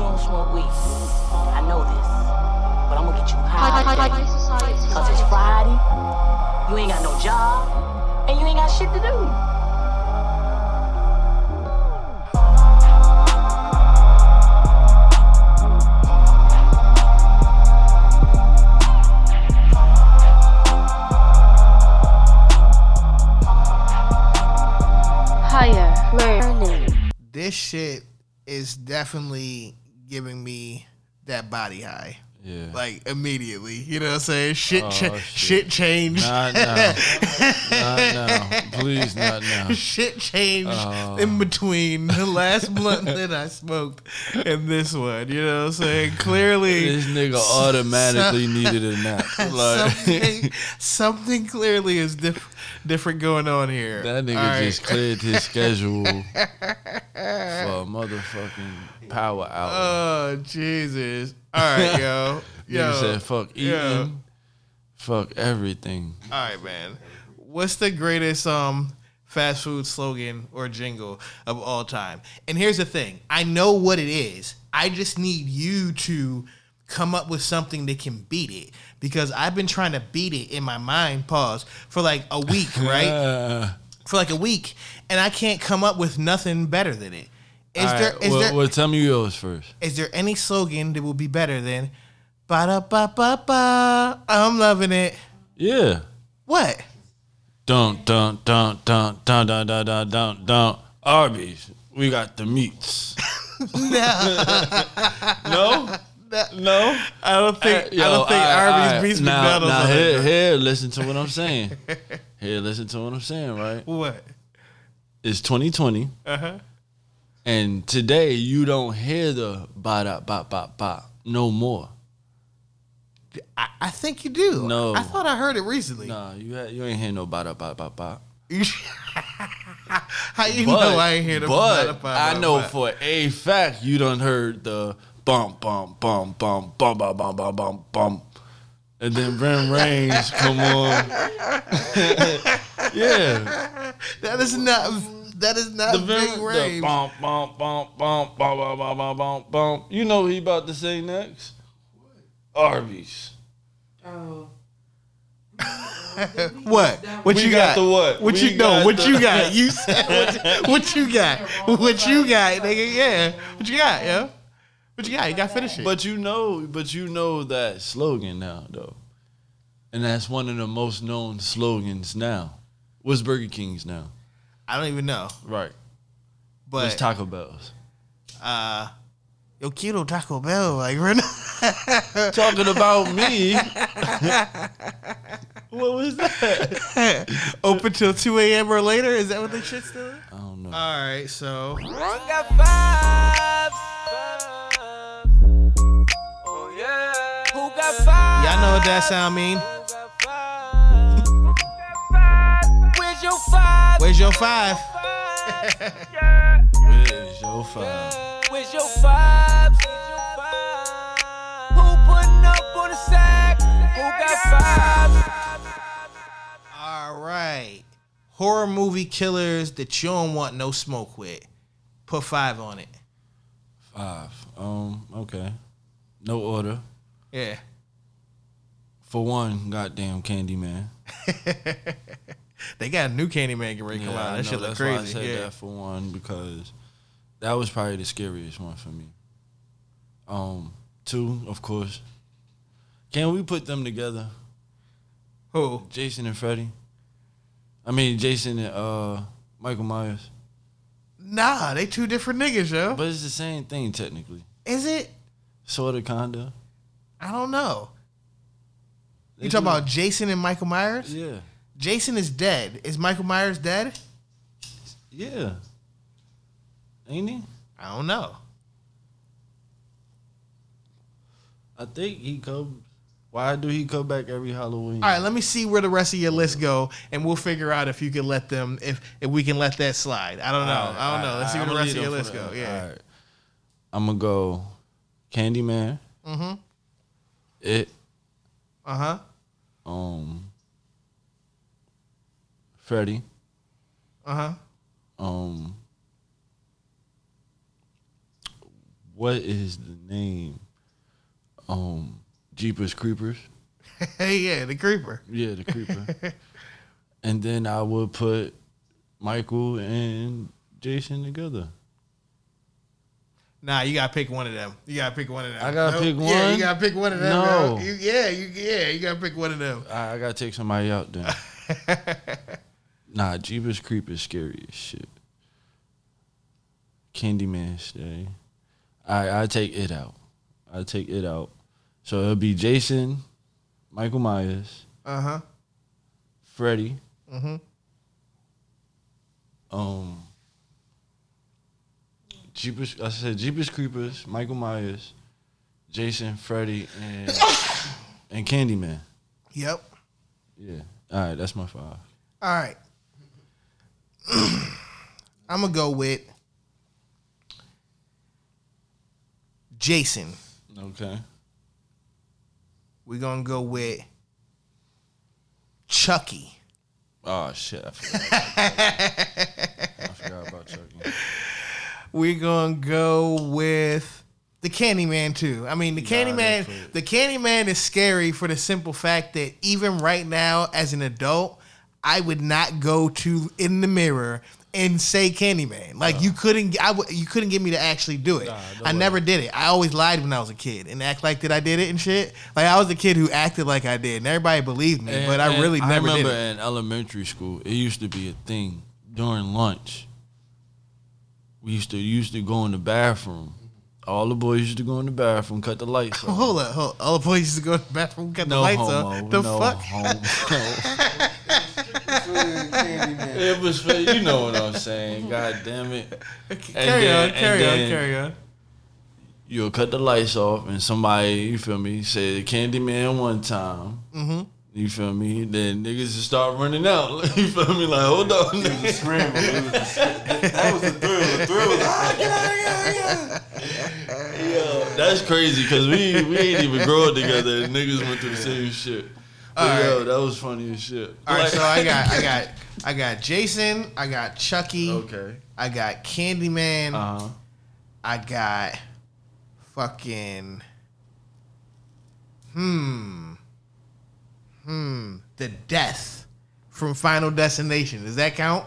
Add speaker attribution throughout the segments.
Speaker 1: weeks. I know this. But I'm gonna get you high
Speaker 2: High, high, high
Speaker 1: today.
Speaker 2: society.
Speaker 1: Cause it's Friday, you ain't got no job, and you ain't got shit to do.
Speaker 2: Higher learning.
Speaker 3: This shit is definitely giving me that body high.
Speaker 4: Yeah.
Speaker 3: Like immediately, you know what I'm saying? Shit, cha-
Speaker 4: Oh, shit.
Speaker 3: shit. changed.
Speaker 4: Not now. not now. Please, not now.
Speaker 3: Shit changed
Speaker 4: Oh.
Speaker 3: in between the last blunt that I smoked and this one. You know what I'm saying? Clearly,
Speaker 4: This nigga automatically needed a nap. Like,
Speaker 3: something, something clearly is diff- different going on here.
Speaker 4: that nigga
Speaker 3: All right.
Speaker 4: just cleared his schedule for a motherfucking power hour.
Speaker 3: Oh Jesus! All right, yo, yo.
Speaker 4: nigga said, fuck eating,
Speaker 3: yeah.
Speaker 4: fuck everything.
Speaker 3: All right, man. What's the greatest um fast food slogan or jingle of all time? And here's the thing: I know what it is. I just need you to come up with something that can beat it because I've been trying to beat it in my mind. Pause for like a week, right?
Speaker 4: Uh,
Speaker 3: for like a week, and I can't come up with nothing better than it. Is
Speaker 4: all
Speaker 3: there
Speaker 4: right,
Speaker 3: is
Speaker 4: well,
Speaker 3: there
Speaker 4: well, tell me yours first.
Speaker 3: is there any slogan that will be better than ba da ba ba ba? I'm loving it.
Speaker 4: Yeah.
Speaker 3: What?
Speaker 4: Don't, don't, don't, don't, don't, don't, don't, don't, don't, don't. Arby's, we got the meats. no. no? No? Uh,
Speaker 3: I don't think I
Speaker 4: Yo,
Speaker 3: don't think Arby's
Speaker 4: I-
Speaker 3: beats
Speaker 4: now,
Speaker 3: McDonald's.
Speaker 4: Now,
Speaker 3: on
Speaker 4: here,
Speaker 3: that.
Speaker 4: here, listen to what I'm saying. here, listen to what I'm saying, right?
Speaker 3: What?
Speaker 4: It's 2020,
Speaker 3: Uh huh.
Speaker 4: and today you don't hear the ba da ba ba ba no more.
Speaker 3: I, I think you do.
Speaker 4: No.
Speaker 3: I thought I heard it recently.
Speaker 4: Nah, you ha- you ain't hear no ba da ba ba ba.
Speaker 3: How you
Speaker 4: But,
Speaker 3: know I ain't hear the
Speaker 4: but
Speaker 3: ba-da-ba-ba-ba?
Speaker 4: I know for a fact you done heard the bump, bump, bump, bump, bump, bump, bump, bump, bump, bump. And then Brent Rains come on. yeah.
Speaker 3: that is not that is not
Speaker 4: The,
Speaker 3: big
Speaker 4: Vin- the
Speaker 3: range.
Speaker 4: bump, bump, bump, bump, bump, bump, bump, bump, bump, bump. You know what he about to say next? Arby's.
Speaker 5: Oh,
Speaker 3: What? What
Speaker 4: We
Speaker 3: you got?
Speaker 4: got the what?
Speaker 3: What
Speaker 4: We
Speaker 3: you know?
Speaker 4: got
Speaker 3: What
Speaker 4: the-
Speaker 3: you got? You said what, what you got? What you got, nigga? Yeah. What you got, yo? What you got? You got finish it.
Speaker 4: But you know, but you know that slogan now though. And that's one of the most known slogans now. What's Burger King's now?
Speaker 3: I don't even know.
Speaker 4: Right.
Speaker 3: But
Speaker 4: What's
Speaker 3: uh,
Speaker 4: Taco Bell's?
Speaker 3: yo, Kilo Taco Bell, like right now.
Speaker 4: talking about me. what was that?
Speaker 3: open till 2 a.m. or later. Is that what the shit's doing?
Speaker 4: I don't know.
Speaker 3: All right, so
Speaker 6: got vibes. Oh yeah. Who got vibes?
Speaker 3: y'all know what that sound mean.
Speaker 6: Where's your vibe?
Speaker 3: Where's your five?
Speaker 4: Where's your five?
Speaker 6: Where's your vibes? Who putting up on the sack? Who got vibes?
Speaker 3: All right, horror movie killers that you don't want no smoke with. Put five on it.
Speaker 4: Five. Um. Okay. No order.
Speaker 3: Yeah.
Speaker 4: For one, goddamn Candyman.
Speaker 3: They got a new Candyman getting ready to come out. That
Speaker 4: I know.
Speaker 3: shit look
Speaker 4: That's why I
Speaker 3: crazy.
Speaker 4: said
Speaker 3: yeah.
Speaker 4: that for one because that was probably the scariest one for me. Um. Two, of course. Can we put them together,
Speaker 3: Who?
Speaker 4: Jason and Freddy? I mean, Jason and uh Michael Myers.
Speaker 3: Nah, they two different niggas, yo.
Speaker 4: But it's the same thing technically.
Speaker 3: Is it?
Speaker 4: Sort of, kinda.
Speaker 3: I don't know.
Speaker 4: They
Speaker 3: You talking
Speaker 4: do.
Speaker 3: about Jason and Michael Myers?
Speaker 4: Yeah.
Speaker 3: Jason is dead. Is Michael Myers dead?
Speaker 4: Yeah. Ain't he?
Speaker 3: I don't know.
Speaker 4: I think he come. Why do he come back every Halloween?
Speaker 3: All right, let me see where the rest of your list go, and we'll figure out if you can let them, if if we can let that slide. I don't know. I don't know. Let's see where the rest of your list go. Yeah.
Speaker 4: I'm gonna go Candyman. Mm-hmm. It
Speaker 3: Uh huh.
Speaker 4: um Freddy.
Speaker 3: uh-huh. Uh huh.
Speaker 4: Um what is the name? Um, Jeepers Creepers.
Speaker 3: Hey, yeah, the creeper.
Speaker 4: Yeah, the creeper. and then I would put Michael and Jason together.
Speaker 3: Nah, you gotta pick one of them. You gotta pick one of them.
Speaker 4: I gotta pick
Speaker 3: Yeah,
Speaker 4: one?
Speaker 3: you gotta pick one of them.
Speaker 4: No.
Speaker 3: bro. You, yeah, you, yeah, you gotta pick one of them.
Speaker 4: I, I gotta take somebody out then. nah, Jeepers Creepers scary as shit. Candyman stay. I I take it out. I take it out. So it'll be Jason, Michael Myers,
Speaker 3: Uh huh.
Speaker 4: Freddy. Mm-hmm. Um. Jeepers, I said Jeepers Creepers, Michael Myers, Jason, Freddy, and and Candyman.
Speaker 3: Yep.
Speaker 4: Yeah. All right, that's my five.
Speaker 3: All right. I'm gonna go with Jason.
Speaker 4: Okay.
Speaker 3: We're gonna go with Chucky.
Speaker 4: Oh shit! I forgot. About Chucky. I forgot about Chucky.
Speaker 3: We're gonna go with the Candyman too. I mean, the
Speaker 4: that's
Speaker 3: Candyman,
Speaker 4: it.
Speaker 3: the Candyman is scary for the simple fact that even right now, as an adult, I would not go to in the mirror and say Candyman. Like you couldn't, I would, you couldn't get me to actually do it. I never did it. I always lied when I was a kid and act like that I did it and shit. Like I was the kid who acted like I did, and everybody believed me, but I
Speaker 4: And-
Speaker 3: really
Speaker 4: and
Speaker 3: never
Speaker 4: I
Speaker 3: did
Speaker 4: remember
Speaker 3: it.
Speaker 4: in elementary school, it used to be a thing during lunch. We used to used to go in the bathroom. All the boys used to go in the bathroom, cut the lights off.
Speaker 3: Hold up, hold up. All the boys used to go to the bathroom, cut the
Speaker 4: No
Speaker 3: lights
Speaker 4: homo,
Speaker 3: off. The
Speaker 4: no
Speaker 3: fuck?
Speaker 4: Homo. it was for you know what I'm saying. God damn it.
Speaker 3: Carry
Speaker 4: then-
Speaker 3: on,
Speaker 4: and
Speaker 3: carry on,
Speaker 4: then-
Speaker 3: carry on.
Speaker 4: you'll cut the lights off and somebody, you feel me, say Candyman one time. Mm-hmm. You feel me? Then niggas just start running out. You feel me? Like, hold on. nigga.
Speaker 5: Scramble. It was the- That was the thrill. The thrill was ah, get out of here.
Speaker 4: That's crazy because we, we ain't even grow up together and niggas went through the same shit. But
Speaker 3: All
Speaker 4: yo,
Speaker 3: right.
Speaker 4: that was funny as shit.
Speaker 3: All right,
Speaker 4: Like-
Speaker 3: so I got, I got, I got Jason, I got Chucky,
Speaker 4: Okay.
Speaker 3: I got Candyman,
Speaker 4: Uh huh.
Speaker 3: I got fucking, hmm, hmm, the death from Final Destination. Does that count?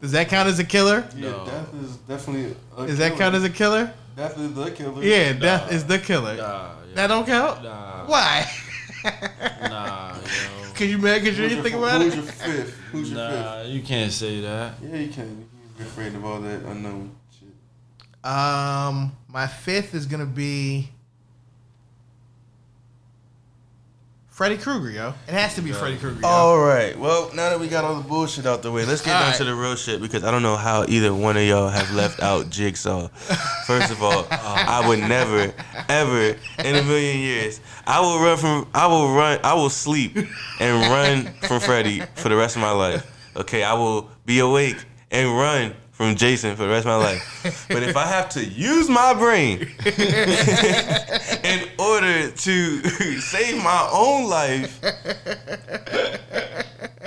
Speaker 3: Does that count as a killer?
Speaker 5: Yeah, death is definitely. A
Speaker 3: Does that count as a killer?
Speaker 5: Death is the killer.
Speaker 3: Yeah, death is the killer.
Speaker 4: Nah,
Speaker 3: That don't count.
Speaker 4: Nah.
Speaker 3: Why?
Speaker 4: yeah. Nah, yo.
Speaker 3: Cause you mad? Cause you didn't
Speaker 5: Who's your,
Speaker 3: think
Speaker 5: fi-
Speaker 3: about
Speaker 5: who's
Speaker 3: it?
Speaker 5: your fifth? Who's your
Speaker 4: Nah, you can't say that.
Speaker 5: fifth? Yeah, you can. You can be afraid of all that unknown shit.
Speaker 3: Um, my fifth is gonna be Freddy Krueger, yo. It has to be Freddy Krueger. Yo.
Speaker 5: All right. Well, now that we got all the bullshit out the way, let's get
Speaker 3: All
Speaker 5: down
Speaker 3: right.
Speaker 5: to the real shit because I don't know how either one of y'all have left out Jigsaw. First of all, I would never, ever in a million years, I will run from, I will run, I will sleep and run from Freddy for the rest of my life. Okay, I will be awake and run from Jason for the rest of my life. But if I have to use my brain in order to save my own life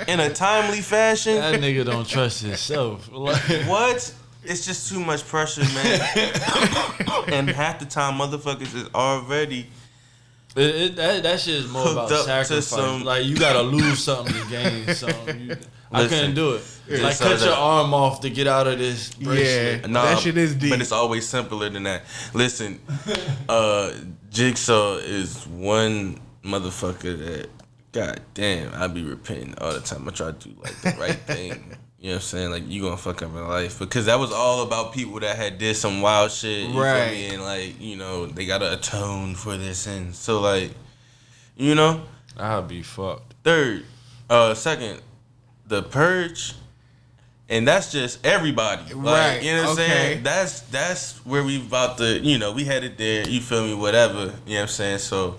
Speaker 5: in a timely fashion.
Speaker 4: That nigga don't trust himself. Like,
Speaker 5: What? It's just too much pressure, man. and half the time, motherfuckers is already.
Speaker 4: It, it, that, that shit is more
Speaker 5: Hooked
Speaker 4: about
Speaker 5: up to
Speaker 4: sacrifice.
Speaker 5: some-
Speaker 4: like you gotta lose something to gain something. You, I
Speaker 5: Listen,
Speaker 4: couldn't do it. Like
Speaker 5: so
Speaker 4: cut your
Speaker 5: that-
Speaker 4: arm off to get out of this bracelet.
Speaker 3: Yeah. That shit is deep.
Speaker 5: But it's always simpler than that. Listen, uh, Jigsaw is one motherfucker that, god damn, I be repenting all the time. I try to do like the right thing. You know what I'm saying? Like you gonna fuck up my life because that was all about people that had did some wild shit, you
Speaker 3: Right.
Speaker 5: Feel me? And like you know they gotta atone for their sins. So like, you know,
Speaker 4: I'll be fucked.
Speaker 5: Third, uh, second, the purge, and that's just everybody. Like,
Speaker 3: Right,
Speaker 5: You know what
Speaker 3: okay.
Speaker 5: I'm saying? That's that's where we about to. You know, we headed there. You feel me? Whatever. You know what I'm saying? So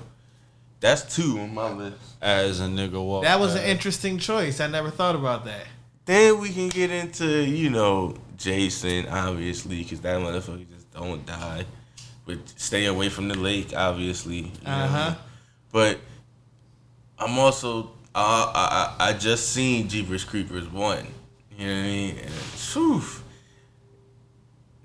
Speaker 5: that's two on my list.
Speaker 4: As a nigga walk.
Speaker 3: that was an
Speaker 4: past.
Speaker 3: interesting choice. I never thought about that.
Speaker 5: Then we can get into you know Jason, obviously, because that motherfucker just don't die, but stay away from the lake, obviously. you know what I mean?
Speaker 3: Uh-huh.
Speaker 5: But I'm also I I I I just seen Jeepers Creepers one. You know what I mean? And, phew,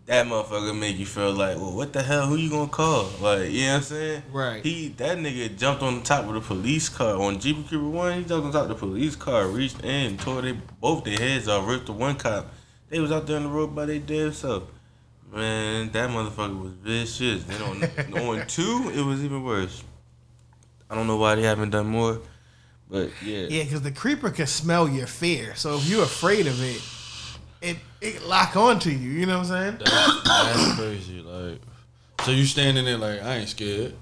Speaker 5: that motherfucker make you feel like, well, what the hell? Who you gonna call? Like, you know what I'm saying?
Speaker 3: Right.
Speaker 5: He that nigga jumped on top of the police car on Jeep Cooper One. He jumped on top of the police car, reached in, tore they both their heads off, ripped the one cop. They was out there on the road by their damn self. Man, that motherfucker was vicious. Then on on two, it was even worse. I don't know why they haven't done more, but yeah,
Speaker 3: Yeah, because the creeper can smell your fear. So if you're afraid of it, it it lock onto you. You know what I'm saying?
Speaker 4: That's, that's crazy. Like, so you standing there like, I ain't scared.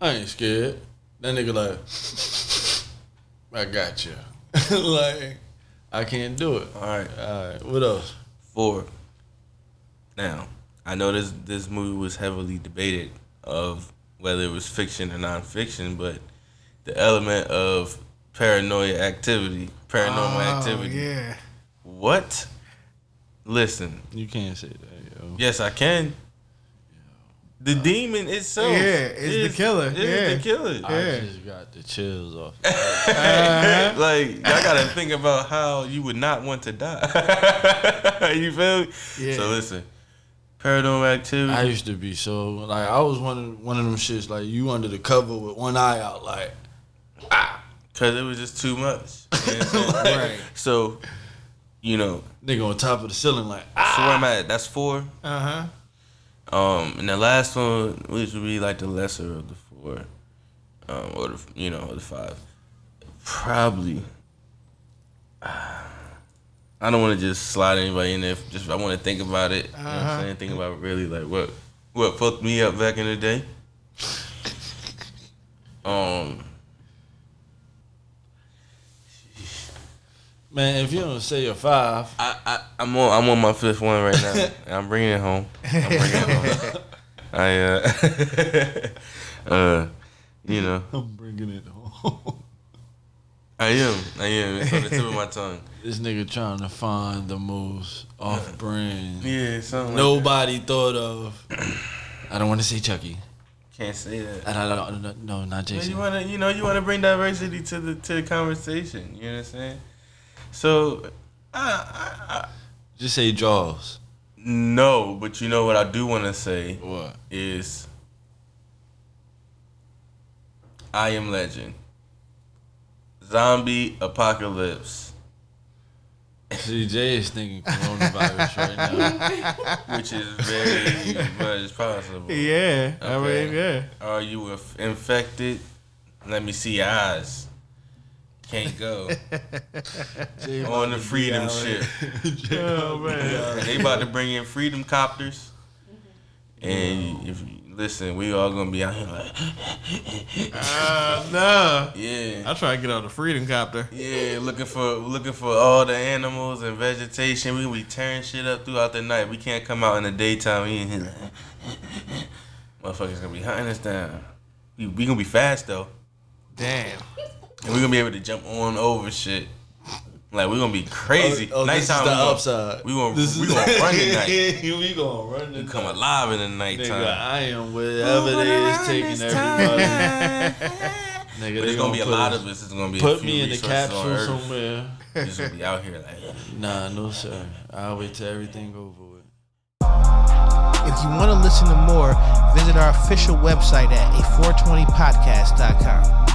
Speaker 4: I ain't scared. That nigga like, I got you. like, I can't do it.
Speaker 5: All right.
Speaker 4: All right. What else?
Speaker 5: four. Now, I know this this movie was heavily debated of whether it was fiction or nonfiction, but the element of paranoia activity, paranormal activity.
Speaker 3: Oh, yeah.
Speaker 5: What? Listen,
Speaker 4: You can't say that, yo.
Speaker 5: yes, I can. The demon itself.
Speaker 3: Yeah, it's the killer,
Speaker 5: It's
Speaker 3: yeah.
Speaker 5: the killer.
Speaker 4: I
Speaker 3: Yeah.
Speaker 4: just got the chills off. that.
Speaker 5: like I gotta think about how you would not want to die. you feel me?
Speaker 3: Yeah.
Speaker 5: So listen, paranormal activity.
Speaker 4: I used to be so like I was one of one of them shits like you under the cover with one eye out like
Speaker 5: Cause it was just too much. You know what I'm saying?
Speaker 3: Right.
Speaker 5: So, you know,
Speaker 4: nigga on top of the ceiling like ah.
Speaker 5: so where I'm at, that's four.
Speaker 3: Uh huh.
Speaker 5: Um, and the last one, which would be like the lesser of the four, um, or the you know, or the five, probably. I don't want to just slide anybody in there. Just I want to think about it. You know what
Speaker 3: Uh-huh.
Speaker 5: I'm saying? Think about really like what what fucked me up back in the day. Um,
Speaker 4: man if you don't say a five
Speaker 5: I, I I'm on I'm on my fifth one right now. and I'm bringing it home. I'm bringing it home. I uh, uh, you know,
Speaker 4: I'm bringing it home
Speaker 5: I am, I am. It's on the tip of my tongue.
Speaker 4: this nigga trying to find the most off brand
Speaker 5: Yeah, something. No,
Speaker 4: nobody thought of I don't want to say Chucky
Speaker 5: can't say that.
Speaker 4: I don't, I don't- no, no not
Speaker 5: But
Speaker 4: Jason
Speaker 5: you wanna, you know, you wanna bring diversity to the to the conversation. You know what I'm saying? So, I, I, I,
Speaker 4: just say Jaws
Speaker 5: no, but you know what I do wanna say
Speaker 4: what
Speaker 5: is, I am Legend, zombie apocalypse.
Speaker 4: CJ is thinking coronavirus right now
Speaker 5: which is very much possible.
Speaker 3: Yeah. I
Speaker 5: Okay.
Speaker 3: mean, yeah.
Speaker 5: Are you inf- infected? Let me see your eyes. Can't go
Speaker 4: Jay about
Speaker 5: on the
Speaker 4: to be
Speaker 5: freedom
Speaker 4: out.
Speaker 5: ship.
Speaker 3: Oh man.
Speaker 5: they about to bring in freedom copters.
Speaker 4: Mm-hmm.
Speaker 5: And if you, listen, we all gonna be out here like,
Speaker 3: Uh, no. I
Speaker 5: yeah,
Speaker 3: try to get on the freedom copter.
Speaker 5: yeah, looking for looking for all the animals and vegetation. We gonna be tearing shit up throughout the night. We can't come out in the daytime. We in here like, motherfuckers gonna be hunting us down. We, we gonna be fast though.
Speaker 3: Damn.
Speaker 5: And we're gonna be able to jump on over shit. Like we're gonna be crazy.
Speaker 4: Oh, oh, this is
Speaker 5: nighttime
Speaker 4: the
Speaker 5: we gonna-
Speaker 4: upside.
Speaker 5: We gonna
Speaker 4: This
Speaker 5: we
Speaker 4: is-
Speaker 5: gonna run the night.
Speaker 4: we gonna run the
Speaker 5: We come alive in the
Speaker 4: Nigga,
Speaker 5: nighttime.
Speaker 4: I am whatever they is taking everybody. Nigga,
Speaker 5: But
Speaker 4: they
Speaker 5: it's gonna be a
Speaker 4: put
Speaker 5: lot
Speaker 4: us-
Speaker 5: of us. It's gonna be a
Speaker 4: Put
Speaker 5: few
Speaker 4: me in the
Speaker 5: resources on
Speaker 4: capsule
Speaker 5: Earth.
Speaker 4: somewhere.
Speaker 5: We're Just gonna be out here like
Speaker 4: Nah, no sir. I'll wait till everything over with.
Speaker 3: If you want to listen to more, visit our official website at a420podcast.com.